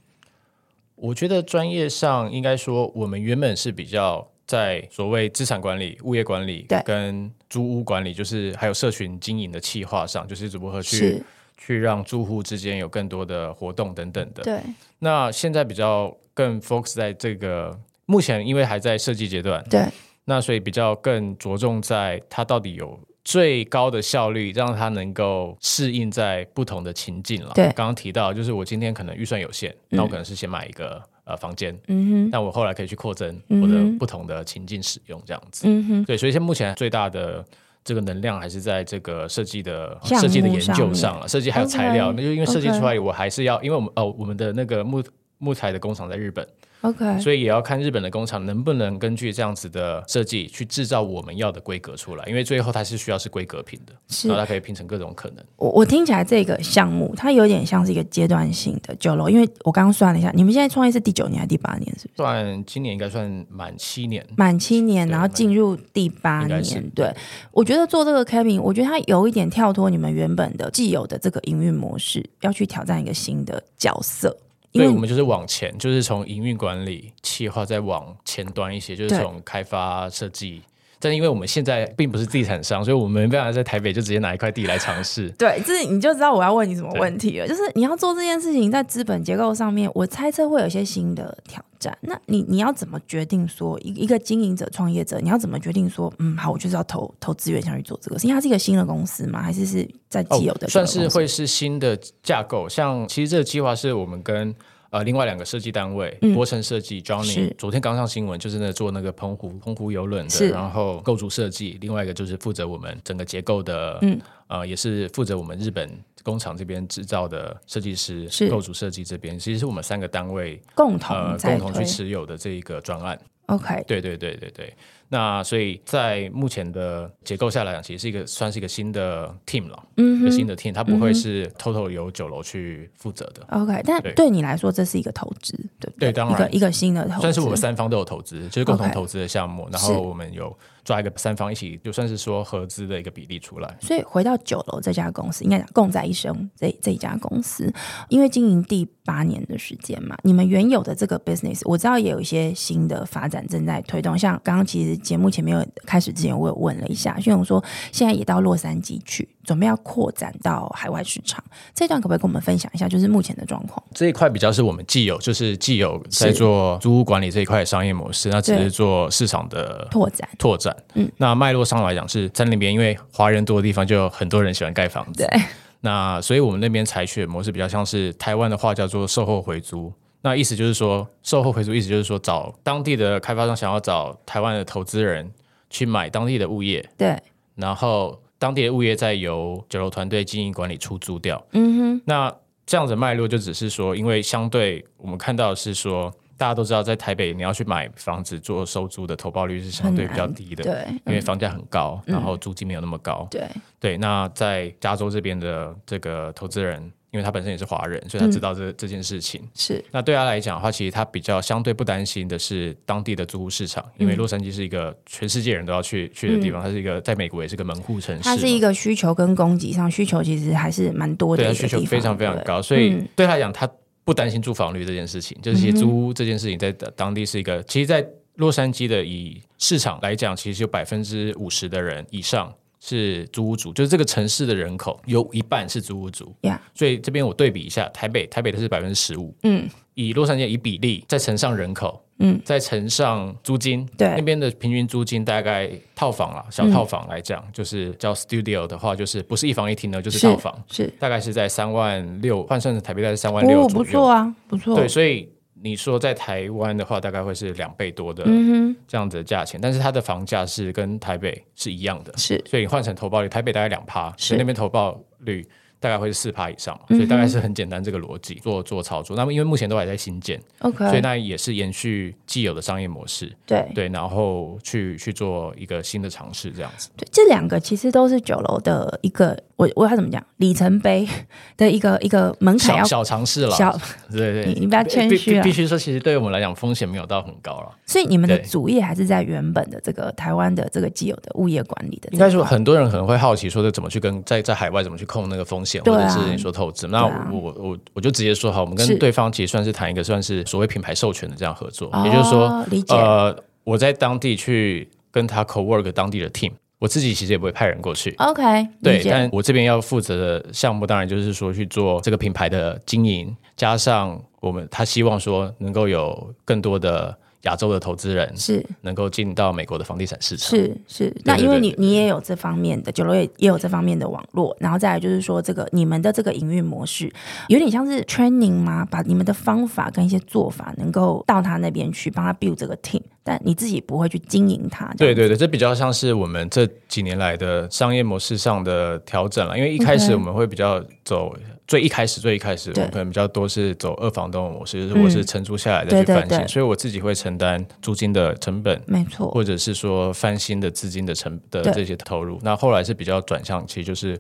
B: 我觉得专业上应该说，我们原本是比较在所谓资产管理、物业管理
A: 对
B: 跟租屋管理，就是还有社群经营的企划上，就是如何去
A: 是
B: 去让住户之间有更多的活动等等的。
A: 对，
B: 那现在比较更 focus 在这个。目前因为还在设计阶段，
A: 对，
B: 那所以比较更着重在它到底有最高的效率，让它能够适应在不同的情境了。
A: 对
B: 刚刚提到就是我今天可能预算有限，那我可能是先买一个呃房间，
A: 嗯哼，
B: 但我后来可以去扩增
A: 嗯哼
B: 我的不同的情境使用，这样子。
A: 嗯哼，
B: 对，所以现在目前最大的。这个能量还是在这个设计的
A: 项目
B: 设计的研
A: 上
B: 究
A: 面哦
B: 上了，设计还有材料，
A: OK，
B: 那就因为设计出来，我还是要，因为我们哦，我们的那个木木材的工厂在日本，
A: OK，
B: 所以也要看日本的工厂能不能根据这样子的设计去制造我们要的规格出来，因为最后它是需要是规格拼的，
A: 是
B: 然后它可以拼成各种可能。
A: 我我听起来这个项目它有点像是一个阶段性的九楼，因为我刚刚算了一下，你们现在创业是第九年还是第八年？是不是？
B: 算今年应该算满七年，
A: 满七年，
B: 对
A: 然后进入第八
B: 应该是
A: 年。对，我觉得做这个 cabin，我觉得它有一点跳脱你们原本的既有的这个营运模式，要去挑战一个新的角色。因
B: 所以
A: 为
B: 我们就是往前，就是从营运管理、企划再往前端一些，就是
A: 对。
B: 从开发设计。但是因为我们现在并不是地产商，所以我们没办法在台北就直接拿一块地来尝试
A: 对，这你就知道我要问你什么问题了。就是你要做这件事情，在资本结构上面，我猜测会有一些新的挑战。那你你要怎么决定说，一一个经营者、创业者，你要怎么决定说，嗯，好，我就是要投投资源下去做这个事情？因为它是一个新的公司吗？还是是在
B: 哦
A: 既有的、
B: 算是会，是新的架构。像其实这个计划是我们跟呃另外两个设计单位，
A: 嗯
B: 博成设计 Johnny，
A: 是
B: 昨天刚上新闻，就是那做那个澎湖澎湖游轮的，
A: 是
B: 然后构筑设计，另外一个就是负责我们整个结构的，
A: 嗯
B: 呃，也是负责我们日本工厂这边制造的设计师
A: 是，
B: 构筑设计这边，其实是我们三个单位
A: 共同
B: 呃
A: 在
B: 共
A: 推、
B: 同去持有的这一个专案。
A: OK，
B: 对对对对对。那所以在目前的结构下来讲，其实是一个算是一个新的 team 了，
A: 嗯
B: 一个
A: 哼
B: 新的 team，它不会是 total 由九楼去负责的。
A: ，OK。但
B: 对
A: 对你来说，这是一个投资，对不
B: 对当
A: 一个
B: 然
A: 一个新的投资，
B: 算是我们三方都有投资，就是共同
A: OK
B: 投资的项目，然
A: 是
B: 后我们有抓一个三方一起，就算是说合资的一个比例出来。
A: 所以回到九楼这家公司，应该讲共在一生这这一家公司，因为经营第八年的时间嘛，你们原有的这个 business，我知道也有一些新的发展正在推动。像刚刚其实节目前面有开始之前，我有问了一下，俊勇说现在也到洛杉矶去，准备要扩展到海外市场。这段可不可以跟我们分享一下，就是目前的状况？
B: 这一块比较是我们既有，就是既有在做租屋管理这一块的商业模式，那只
A: 对
B: 是做市场的
A: 拓展
B: 拓展。
A: 嗯
B: 那脉络上来讲是在那边，因为华人多的地方就有很多人喜欢盖房子。
A: 对，
B: 那所以我们那边采取的模式比较像是台湾的话叫做售后回租。那意思就是说，售后回租意思就是说找当地的开发商想要找台湾的投资人去买当地的物业，
A: 对，
B: 然后当地的物业再由九楼团队经营管理出租掉。
A: 嗯哼，
B: 那这样子的脉络就只是说，因为相对我们看到的是说，大家都知道在台北你要去买房子做收租的投报率是相对比较低的，
A: 对，
B: 因为
A: 嗯
B: 房价很高，然后租金没有那么高。
A: 对，
B: 对，那在加州这边的这个投资人，因为他本身也是华人，所以
A: 嗯
B: 他知道这、这件事情。
A: 是
B: 那对他来讲的话，其实他比较相对不担心的是当地的租屋市场，因
A: 嗯
B: 为洛杉矶是一个全世界人都要去去的地方，它是一个在美国也是个门户城市
A: 它
B: 嘛，
A: 是一个需求跟供给上，需求其实还是蛮多的
B: 对
A: 一
B: 他
A: 个
B: 需求
A: 地
B: 非
A: 方
B: 常非常
A: 对
B: 高，所以
A: 嗯
B: 对他来讲，他不担心住房率这件事情，就是其实租屋这件事情在当地是一个，其实，在洛杉矶的以市场来讲，其实有百分之五十的人以上。是租屋族，就是这个城市的人口有一半是租屋族
A: Yeah
B: 所以这边我对比一下，台北台北的是百分之十五，
A: 嗯，
B: 以洛杉矶以比例再乘上人口，
A: 嗯，
B: 再乘上租金，
A: 对
B: 那边的平均租金大概套房啦，小套房来
A: 嗯
B: 讲，就是叫 studio 的话，就是不是一房一厅呢，就是
A: 是
B: 套房，
A: 是
B: 大概是在三万六，换算成台币大概是三万六
A: 哦，
B: 左
A: 不
B: 右。
A: 错啊，不错。
B: 对，所以你说在台湾的话，大概会是两倍多的
A: 嗯
B: 这样子的价钱，但是它的房价是跟台北是一样的
A: 哼，，是
B: 所以你换成投报率，台北大概两趴，
A: 是嗯
B: 所以那边投报率。大概会是四趴以上嘛，所以大概是很简单这个逻辑做做操作。那么因为目前都还在新建，所以
A: ，OK，
B: 那也是延续既有的商业模式，
A: 对
B: 对，然后去去做一个新的尝试这样子。
A: 对，这两个其实都是酒楼的一个，我我要怎么讲里程碑 [LAUGHS] 的一个一个门槛
B: 小
A: 要
B: 小尝试了，
A: 小， [LAUGHS]
B: 对对，
A: 你你不要谦
B: 必
A: 虚
B: 必
A: 啊
B: 必须说，其实对我们来讲风险没有到很高了。
A: 所以你们的
B: 对
A: 主业还是在原本的这个台湾的这个既有的物业管理的这
B: 应
A: 个，
B: 该说，很多人可能会好奇，说这怎么去跟在在海外怎么去控那个风险，
A: 对
B: 或
A: 啊
B: 者是你说投资。那
A: 对啊
B: 我我我就直接说好，我们
A: 是
B: 跟对方其实算是谈一个算是所谓品牌授权的这样合作，
A: 哦
B: 也就是说，
A: 理解、
B: 呃，我在当地去跟他 co work 当地的 team，我自己其实也不会派人过去。
A: o k
B: 对
A: 理，解
B: 但我这边要负责的项目，当然就是说去做这个品牌的经营，加上我们他希望说能够有更多的亚洲的投资人
A: 是
B: 能够进到美国的房地产市场。
A: 是是，那因为
B: 对
A: 你
B: 对
A: 你也有这方面的，酒楼也也有这方面的网络，然后再来就是说这个你们的这个营运模式有点像是 training 吗？把你们的方法跟一些做法能够到他那边去，帮他 build 这个 team，但你自己不会去经营它。这
B: 对
A: 样子
B: 对对，这比较像是我们这几年来的商业模式上的调整了。因为一开始
A: OK
B: 我们会比较走最一开始最一开始，我
A: 对嗯
B: 们可能比较多是走二房东的模式，就是我是承租下来
A: 对
B: 再去
A: 对
B: 翻新，
A: 对
B: 所以我自己会承担租金的成本。
A: 没错，
B: 或者是说翻新的资金的成的
A: 对
B: 这些投入，那后来是比较转向，其实就是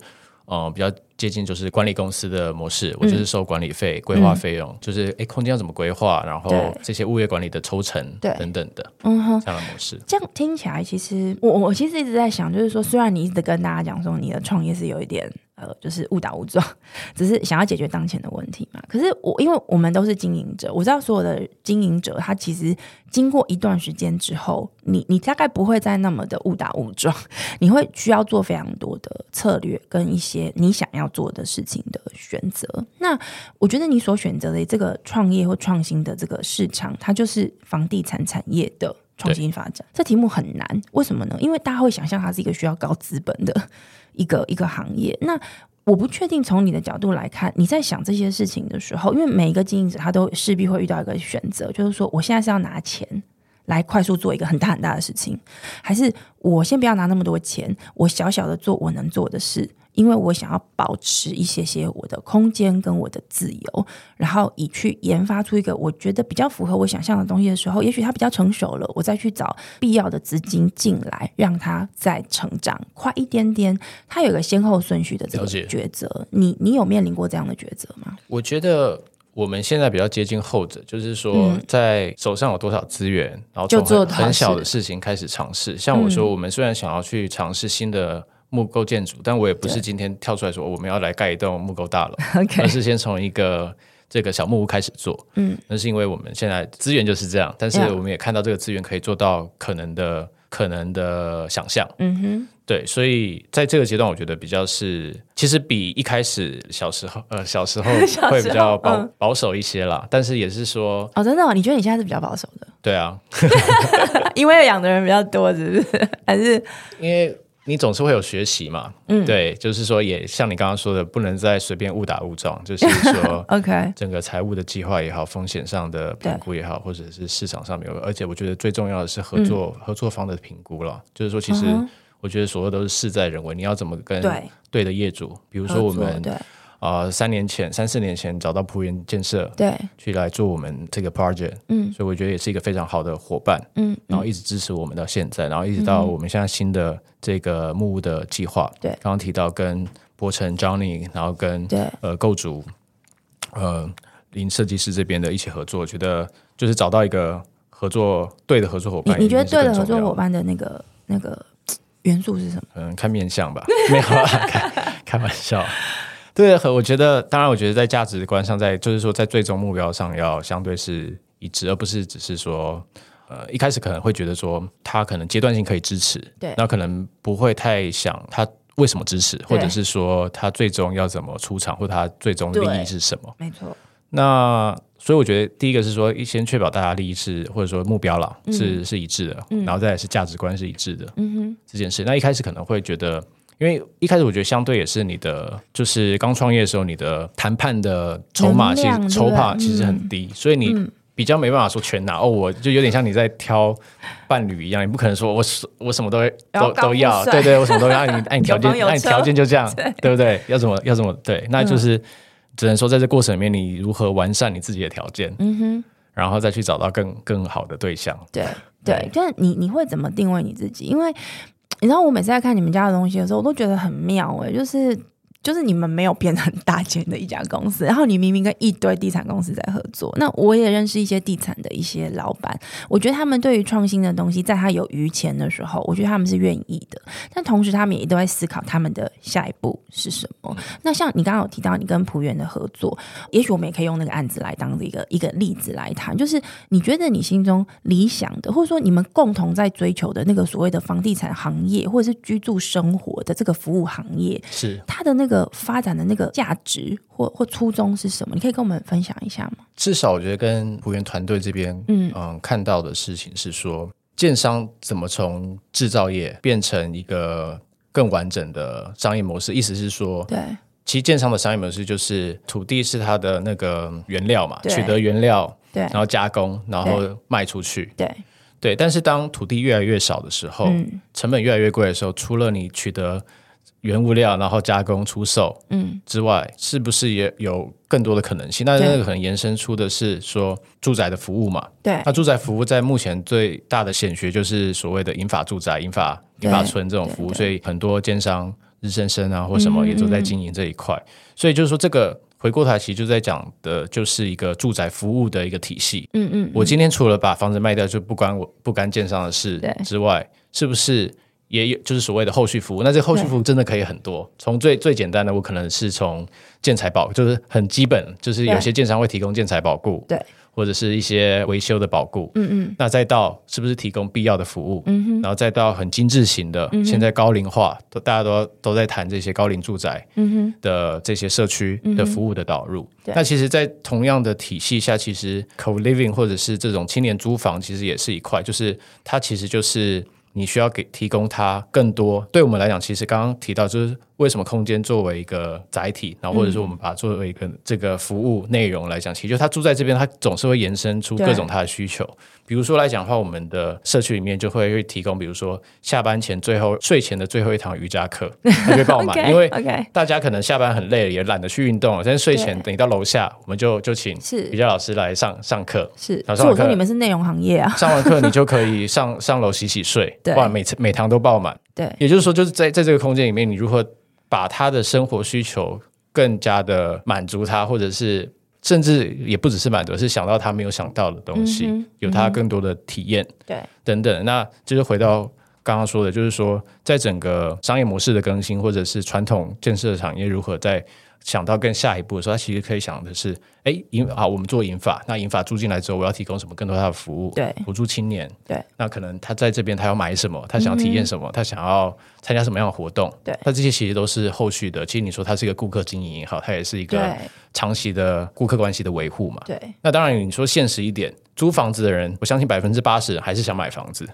B: 呃比较接近就是管理公司的模
A: 嗯
B: 式，我就是收管理费、规划费用，就是诶空间要怎么规划，然后
A: 对
B: 这些物业管理的抽成
A: 对
B: 等等的
A: 嗯哼。
B: 这样的模式。
A: 这样听起来，其实我我我其实一直在想，就是说，虽然你一直跟大家讲说你的创业是有一点呃，就是误打误撞， [LAUGHS] 只是想要解决当前的问题嘛。可是我因为我们都是经营者，我知道所有的经营者他其实经过一段时间之后，你你大概不会再那么的误打误撞， [LAUGHS] 你会需要做非常多的策略跟一些你想要做的事情的选择。那我觉得你所选择的这个创业或创新的这个市场，它就是房地产产业的创新发展。这题目很难，为什么呢？因为大家会想象它是一个需要高资本的一个一个行业。那我不确定从你的角度来看，你在想这些事情的时候，因为每一个经营者他都势必会遇到一个选择，就是说我现在是要拿钱来快速做一个很大很大的事情，还是我先不要拿那么多钱，我小小的做我能做的事，因为我想要保持一些些我的空间跟我的自由，然后以去研发出一个我觉得比较符合我想象的东西的时候，也许它比较成熟了，我再去找必要的资金进来，让它再成长快一点点。它有一个先后顺序的这个
B: 了解
A: 抉择，你你有面临过这样的抉择吗？
B: 我觉得我们现在比较接近后者，就是说在手上有多少资源，然后
A: 嗯就
B: 从
A: 做嗯
B: 很
A: 多少
B: 很小
A: 事
B: 的事情开始尝试。像我说，我们虽然想要去尝试新的木构建筑，但我也不是今天跳出来说哦我们要来盖一栋木构
A: [LAUGHS]
B: 大楼，而是先从一个。这个小木屋开始做，嗯，那是因为我们现在资源就是这样，但是
A: Yeah
B: 我们也看到这个资源可以做到可能的可能的想象，
A: 嗯哼，
B: 对，所以在这个阶段，我觉得比较是，其实比一开始小时候，呃，小时候
A: [LAUGHS] 小时候
B: 会比较保、
A: 嗯
B: 保守一些啦。但是也是说，
A: 哦，真的、哦，你觉得你现在是比较保守的，
B: 对啊，
A: [LAUGHS] 因为养的人比较多，是不是？还是。
B: 因为你总是会有学习嘛，对，就是说，也像你刚刚说的，不能再随便误打误撞，就是说
A: OK？ [LAUGHS]
B: [LAUGHS] 整个财务的计划也好，风险上的评估也好，或者是市场上面有，而且我觉得最重要的是合作、合作方的评估了。就是说，其
A: 嗯
B: 实
A: 嗯哼
B: 我觉得所有都是事在人为，你要怎么跟
A: 对
B: 对的业主，比如
A: 比
B: 说我们
A: 对
B: 啊，三年前、三四年前找到浦原建设
A: 对，
B: 去来做我们这个 project，
A: 嗯
B: 所以我觉得也是一个非常好的伙伴，
A: 嗯，
B: 然后一直支持我们到现在，然后一直到我们现在新的这个木屋的计划，
A: 对
B: 刚刚提到跟博成 Johnny，然后跟
A: 对
B: 呃构筑，呃林设计师这边的一起合作，我觉得就是找到一个合作对的合作伙
A: 你
B: 伴，
A: 你觉得对的
B: 一定是
A: 合
B: 更重
A: 作
B: 要
A: 伙伴的那个那个嘖元素是什么？
B: 嗯，看面相吧， [LAUGHS] 没有啦，开开玩笑。对，和我觉得，当然，我觉得在价值观上在，就是说，在最终目标上要相对是一致，而不是只是说，呃，一开始可能会觉得说，他可能阶段性可以支持，
A: 对
B: 那可能不会太想他为什么支持，或者
A: 对
B: 是说他最终要怎么出场，或他最终的利
A: 对
B: 益是什么。
A: 没错，
B: 那所以我觉得第一个是说，先确保大家利益是或者说目标啦是、
A: 嗯
B: 是一致的，然后再来是价值观是一致的，嗯哼，这件事。那一开始可能会觉得，因为一开始我觉得相对也是你的，就是刚创业的时候，你的谈判的筹码
A: 能
B: 其
A: 量
B: 实
A: 对嗯
B: 筹
A: 不对
B: 码其实很低，所以你比较没办法说全拿哦，我就有点像你在挑伴侣一样，你不可能说我什我什么都会
A: 然后
B: 都
A: 高富
B: 都要，
A: 帅
B: 对对，我什么都要，
A: [LAUGHS]
B: 按你按你 [LAUGHS] 条件
A: 有房嗯有
B: 按你
A: 车
B: 条件就
A: [LAUGHS]
B: 这样，对不对？要怎么要怎么对，那就是只能说在这过程里面，你如何完善你自己的条件，嗯哼，然后再去找到更更好的对象。
A: 对对，就是你你会怎么定位你自己？因为你知道，我每次在看你们家的东西的时候，我都觉得很妙哎、就是就是你们没有变成大间的一家公司，然后你明明跟一堆地产公司在合作。那我也认识一些地产的一些老板，我觉得他们对于创新的东西，在他有余钱的时候，我觉得他们是愿意的，但同时他们也都在思考他们的下一步是什么。那像你刚刚有提到你跟浦原的合作，也许我们也可以用那个案子来当一个一个例子来谈，就是你觉得你心中理想的，或者说你们共同在追求的那个所谓的房地产行业，或者是居住生活的这个服务行业，
B: 是
A: 它的那个发展的那个价值或或初衷是什么？你可以跟我们分享一下吗？
B: 至少我觉得跟浦原团队这边，
A: 嗯
B: 嗯看到的事情是说，建商怎么从制造业变成一个更完整的商业模式，意思是说，
A: 对
B: 其实建商的商业模式就是土地是它的那个原料嘛，
A: 对
B: 取得原料，
A: 对
B: 然后加工，然后卖出去。
A: 对，
B: 对，但是当土地越来越少的时候，
A: 嗯
B: 成本越来越贵的时候，除了你取得原物料，然后加工出售
A: 嗯
B: 之外，是不是也有更多的可能性？那
A: 对
B: 那个可能延伸出的是说住宅的服务嘛？
A: 对
B: 那住宅服务在目前最大的显学就是所谓的银发住宅、银发
A: 对
B: 银发村这种服务，
A: 对嗯
B: 所以很多奸商、日升生啊或什么也都在经营这一块。所以就是说，这个回过头来其实就在讲的就是一个住宅服务的一个体系。
A: 嗯嗯，
B: 我今天除了把房子卖掉就不关我不干奸商的事
A: 对
B: 之外，是不是？也有就是所谓的后续服务，那这个后续
A: 对
B: 服务真的可以很多。从最最简单的，我可能是从建材保，就是很基本，就是有
A: 对
B: 些建商会提供建材保固，
A: 对，
B: 或者是一些维修的保固，
A: 嗯嗯
B: 那再到是不是提供必要的服务，然后再到很精致型的，
A: 嗯
B: 现在高龄化都大家都都在谈这些高龄住宅
A: 嗯哼，嗯
B: 的这些社区的服务的导入。
A: 对
B: 那其实，在同样的体系下，其实 co living 或者是这种青年租房，其实也是一块，就是它其实就是。你需要给提供它更多，对我们来讲，其实刚刚提到就是为什么空间作为一个载体，然后或者说我们把它作为一个这个服务内容来讲，其实就他住在这边，他总是会延伸出
A: 对
B: 各种他的需求。比如说来讲的话，我们的社区里面就会会提供，比如说下班前最后睡前的最后一堂瑜
A: [LAUGHS]
B: 伽课，他就会帮我买，
A: OK
B: 因为
A: OK
B: 大家可能下班很累了，也懒得去运动了，但是睡前
A: 对
B: 等你到楼下，我们就就请
A: 是
B: 瑜伽老师来上上课。
A: 是，所
B: 然后
A: 以
B: 上
A: 我
B: 完
A: 说你
B: 课，
A: 们是内容行业啊，
B: 上完课你就可以上上楼洗洗睡，
A: 对
B: 哇，每次每堂都爆满。
A: 对
B: 也就是说，就是在在这个空间里面，你如何把他的生活需求更加的满足他，或者是甚至也不只是满足，而是想到他没有想到的东西，
A: 嗯哼
B: 有他更多的体验。
A: 对
B: 等等。那就是回到刚刚说的，就是说，在整个商业模式的更新，或者是传统建设产业如何在想到更下一步的时候，它其实可以想的是，哎，银啊，我们做银发，那银发住进来之后，我要提供什么更多它的服务？
A: 对
B: 补助青年。
A: 对，嗯
B: 那可能他在这边他要买什么，他想要体验什么，他想要参加什么样的活动？
A: 对
B: 那这些其实都是后续的。其实你说它是一个顾客经营也好，它也是一个
A: 对
B: 长期的顾客关系的维护嘛。
A: 对，
B: 那当然，你说现实一点，租房子的人，我相信百分之八十还是想买
A: [LAUGHS]
B: 房子。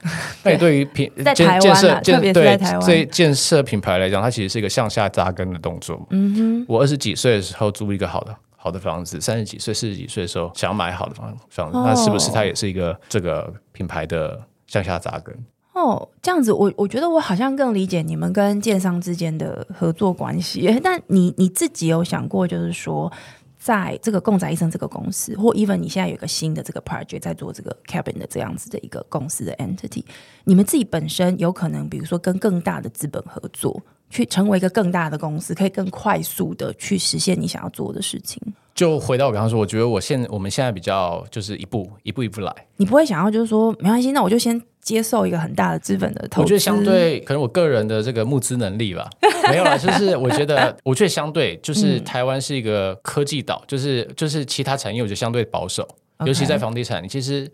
B: 那你对于品
A: 在台湾啊
B: 建设建
A: 特别是在
B: 对
A: 台湾
B: 这建设品牌来讲，它其实是一个向下扎根的动作。嗯哼，我二十几岁的时候租一个好的好的房子，三十几岁、四十几岁的时候想要买好的房房子，
A: 哦
B: 那是不是它也是一个这个品牌的向下扎根？
A: 哦，这样子我，我觉得我好像更理解你们跟建商之间的合作关系。 [LAUGHS] 但你你自己有想过，就是说，在这个共仔医生这个公司，或 even 你现在有一个新的这个 project 在做这个 cabin 的这样子的一个公司的 entity，你们自己本身有可能，比如说跟更大的资本合作，去成为一个更大的公司，可以更快速的去实现你想要做的事情。
B: 就回到我刚刚说，我觉得我现我们现在比较就是一步一步一步来。
A: 你不会想要就是说，没关系，那我就先接受一个很大的资本的投资。
B: 我觉得相对可能我个人的这个募资能力
A: [LAUGHS]
B: 吧，没有啦，就是我觉得，我觉得相对就是台湾是一个科技岛，就是就是其他产业我觉得相对保守，
A: OK
B: 尤其在房地产，其实。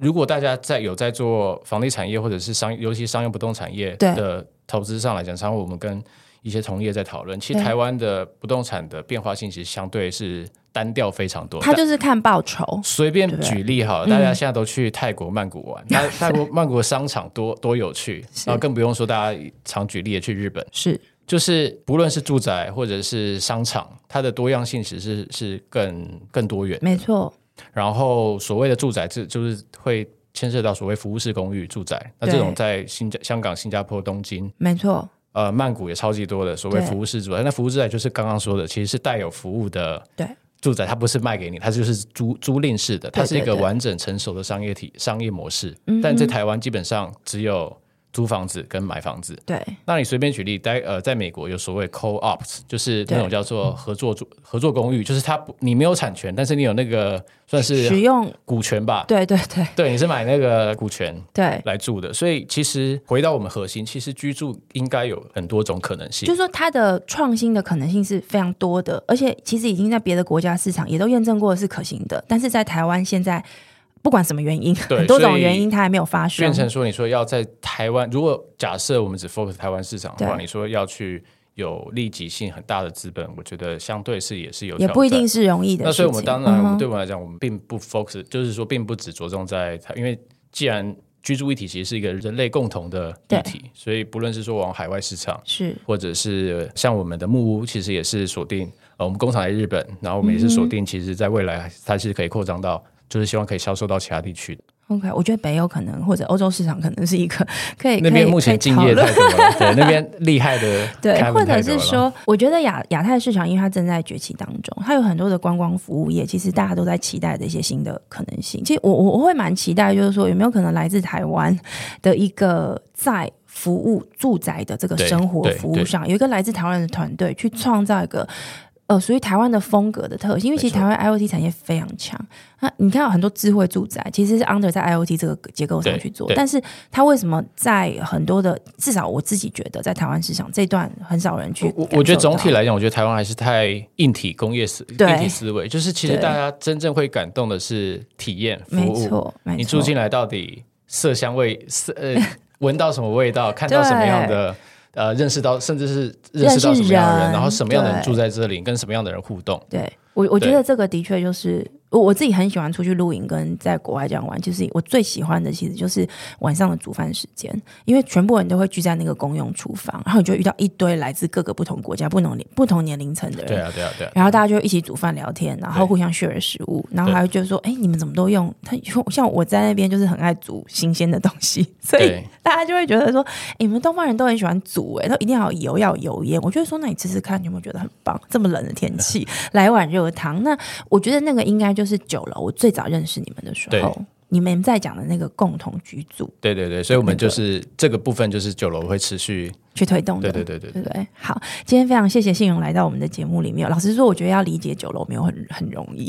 B: 如果大家在有在做房地产业或者是商，尤其商业不动产业
A: 对
B: 的投资上来讲，常常我们跟一些同业在讨论，其实
A: 对
B: 台湾的不动产的变化性其实相对是单调非常多。
A: 他就是看报酬，
B: 随便
A: 对不对
B: 举例好了，大家现在都去泰国曼谷玩，那泰国曼谷的商场多多有趣，然后更不用说大家常举例的去日本，
A: 是
B: 就是不论是住宅或者是商场，它的多样性其实是是更更多元。
A: 没错。
B: 然后所谓的住宅，这就是会牵涉到所谓服务式公寓住宅。那这种在新加香港、新加坡、东京、
A: 没错，
B: 呃曼谷也超级多的所谓
A: 对
B: 服务式住宅。那服务住宅就是刚刚说的，其实是带有服务的
A: 对
B: 住宅，它不是卖给你，它就是租租赁式的，它是一
A: 对
B: 个
A: 对嗯
B: 完整成熟的商业体商业模式。但在台湾基本上只有租房子跟买房子。
A: 对
B: 那你随便举例，在呃，在美国有所谓 co-ops，就是那种
A: 对
B: 叫做合作住合作公寓，就是它不你没有产权，但是你有那个算
A: 使
B: 是
A: 用，
B: 股权吧？
A: 对对对
B: 对，你是买那个股权
A: 对，
B: 来住的，所以其实回到我们核心，其实居住应该有很多种可能性
A: 就是。说它的创新的可能性是非常多的，而且其实已经在别的国家市场也都验证过是可行的，但是在台湾现在不管什么原因，
B: 对
A: 很多
B: 所
A: 种
B: 以
A: 原因它还没有发生
B: 变，成说，你说要在台湾，如果假设我们只 focus 台湾市场的话，
A: 对
B: 你说要去有立即性很大的资本，我觉得相对是也是有
A: 也
B: 挑
A: 不一
B: 战
A: 定是容易的
B: 那
A: 事情。
B: 所以，我们当然，
A: 嗯
B: 我
A: 哼
B: 们对我们来讲，我们并不 focus，就是说，并不只着重在它，因为既然居住议题其实是一个人类共同的议
A: 对
B: 题，所以不论是说往海外市场，
A: 是
B: 或者是像我们的木屋，其实也是锁定，呃，我们工厂在日本，然后我们也是
A: 嗯
B: 锁定，其实在未来它是可以扩张到，就是希望可以销售到其他地区的。
A: OK，我觉得北欧可能或者欧洲市场可能是一个 [LAUGHS] 可以
B: 那边
A: 可以
B: 目
A: 可以
B: 前敬
A: 讨
B: 业
A: 论
B: 太多了，对，
A: [LAUGHS]
B: 那边厉害的
A: 对，
B: Kevin
A: 或者
B: 太多
A: 是
B: 了
A: 说，我觉得亚亚太市场，因为它正在崛起当中，它有很多的观光服务业，其实大家都在期待的一些新的可能性。其实我我我会蛮期待，就是说有没有可能来自台湾的一个在服务住宅的这个
B: 对
A: 生活
B: 对
A: 服
B: 对
A: 务上，有一个来自台湾的团队去创造一个。呃，属于台湾的风格的特性，因为其实
B: 没
A: 台湾 IOT 产业非常强。那你看到很多智慧住宅，其实是 under 在 IOT 这个结构上
B: 对
A: 去做
B: 对，
A: 但是它为什么在很多的，至少我自己觉得，在台湾市场这段很少人去
B: 我
A: 感受
B: 我觉得总
A: 到
B: 体来讲，我觉得台湾还是太硬体工业思
A: 对
B: 硬体思维，就是其实
A: 对
B: 大家真正会感动的是体验服
A: 没
B: 务。
A: 错，没错，
B: 你住进来到底色香味色呃闻到什么味道，看到什么样的呃认识到，甚至是认识到什么样
A: 认
B: 的
A: 识
B: 人，
A: 人
B: 然后什么样的人
A: 对
B: 住在这里，跟什么样的人互动。
A: 对我我觉
B: 对
A: 得这个的确就是我我自己很喜欢出去露营跟在国外这样玩，就是我最喜欢的其实就是晚上的煮饭时间，因为全部人都会聚在那个公用厨房，然后你就会遇到一堆来自各个不同国家、不同年不同年龄层的人，
B: 对啊，对啊，对啊。
A: 然后大家就一起煮饭聊天，然后
B: 对
A: 互相 share 食物，然后还会觉得说，哎，你们怎么都用？他像我在那边就是很爱煮新鲜的东西，所以
B: 对
A: [LAUGHS] 大家就会觉得说，哎你们东方人都很喜欢煮、哎，都一定要有油，要有油烟。我就会说，那你吃吃看，你有没有觉得很棒？这么冷的天气，
B: [LAUGHS]
A: 来碗热汤。那我觉得那个应该就是久了，我最早认识你们的时候
B: 对，
A: 你们在讲的那个共同居住
B: 对对对，所以我们
A: 那个
B: 就是这个部分，就是酒楼会持续，
A: 去推动
B: 对
A: 的。
B: 对对对，
A: 对不对？好，今天非常谢谢信荣来到我们的节目里面。老实说，我觉得要理解酒楼没有很 [LAUGHS] 很容易，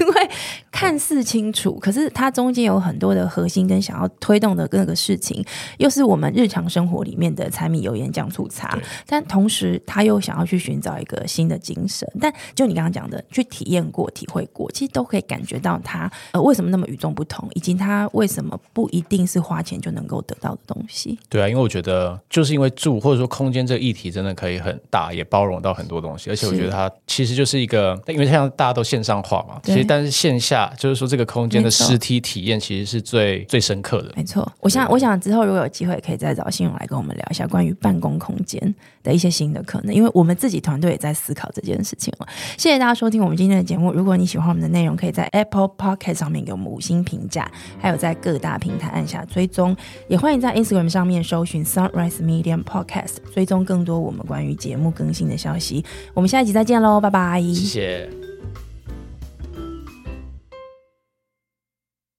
A: 因为看似清楚，可是它中间有很多的核心跟想要推动的那个事情，又是我们日常生活里面的柴米油盐酱醋茶
B: 对。
A: 但同时，他又想要去寻找一个新的精神。但就你刚刚讲的，去体验过、体会过，其实都可以感觉到他呃为什么那么与众不同，以及他为什么不一定是花钱就能够得到的东西。
B: 对啊，因为我觉得就是因为住或者说空间这个议题真的可以很大，也包容到很多东西，而且我
A: 是
B: 觉得它其实就是一个，因为像大家都线上化嘛，其
A: 对
B: 实但是线下就是说这个空间的
A: 没错
B: 实体体验其实是最最深刻的。
A: 没错，我想，我想之后如果有机会，可以再找信用来跟我们聊一下关于办公空间的一些新的可能，因为我们自己团队也在思考这件事情了。谢谢大家收听我们今天的节目。如果你喜欢我们的内容，可以在 Apple Podcast 上面给我们五星评价，还有在各大平台按下追踪，也欢迎在 Instagram 上面搜寻 Sunrise Medium Podcast，追踪更多我们关于节目更新的消息。我们下一集再见喽，拜拜。
B: 谢谢。